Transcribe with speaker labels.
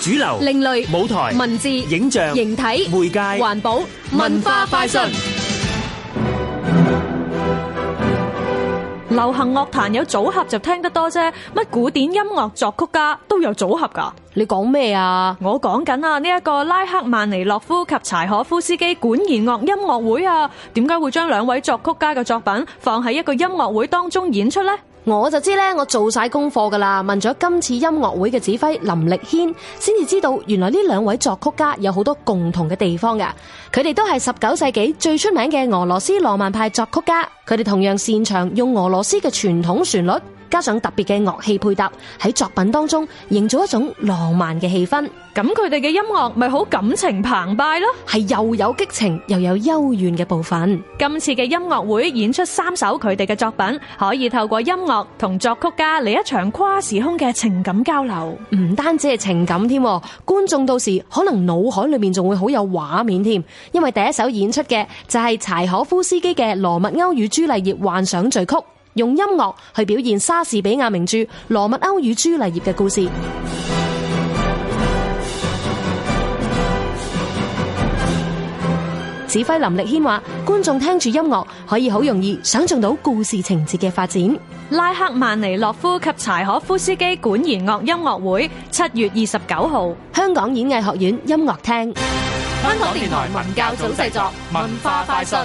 Speaker 1: 主流、
Speaker 2: 另類
Speaker 1: 舞台、
Speaker 2: 文字、
Speaker 1: 影像、
Speaker 2: 形體、
Speaker 1: 媒介、
Speaker 2: 環保、文化快訊。
Speaker 3: 流行樂壇有組合就聽得多啫，乜古典音樂作曲家都有組合㗎。
Speaker 2: 你講咩啊？
Speaker 3: 我講緊啊，呢一個拉克曼尼洛夫及柴可夫斯基管弦樂音樂會啊，點解會將兩位作曲家嘅作品放喺一個音樂會當中演出呢？
Speaker 2: 我就知咧，我做晒功課噶啦，問咗今次音樂會嘅指揮林力軒，先至知道原來呢兩位作曲家有好多共同嘅地方噶。佢哋都係十九世紀最出名嘅俄羅斯浪漫派作曲家，佢哋同樣擅長用俄羅斯嘅傳統旋律，加上特別嘅樂器配搭，喺作品當中營造一種浪漫嘅氣氛，
Speaker 3: 咁佢哋嘅音樂咪好感情澎湃咯。
Speaker 2: 係又有激情又有幽怨嘅部分。
Speaker 3: 今次嘅音樂會演出三首佢哋嘅作品，可以透過音樂同作曲家嚟一場跨時空嘅情感交流。
Speaker 2: 唔單止係情感添，觀眾到時可能腦海裏面仲會好有畫面添，因為第一首演出嘅就係柴可夫斯基嘅《羅密歐與朱麗葉幻想序曲》，用音樂去表現莎士比亞名著《羅密歐與朱麗葉》嘅故事。指揮林力軒話：觀眾聽住音樂，可以好容易想像到故事情節嘅發展。
Speaker 3: 拉克曼尼洛夫及柴可夫斯基管弦樂音樂會，七月二十九號。
Speaker 2: 香港演藝學院音樂廳。
Speaker 4: 香港電台文教組製作，文化快訊。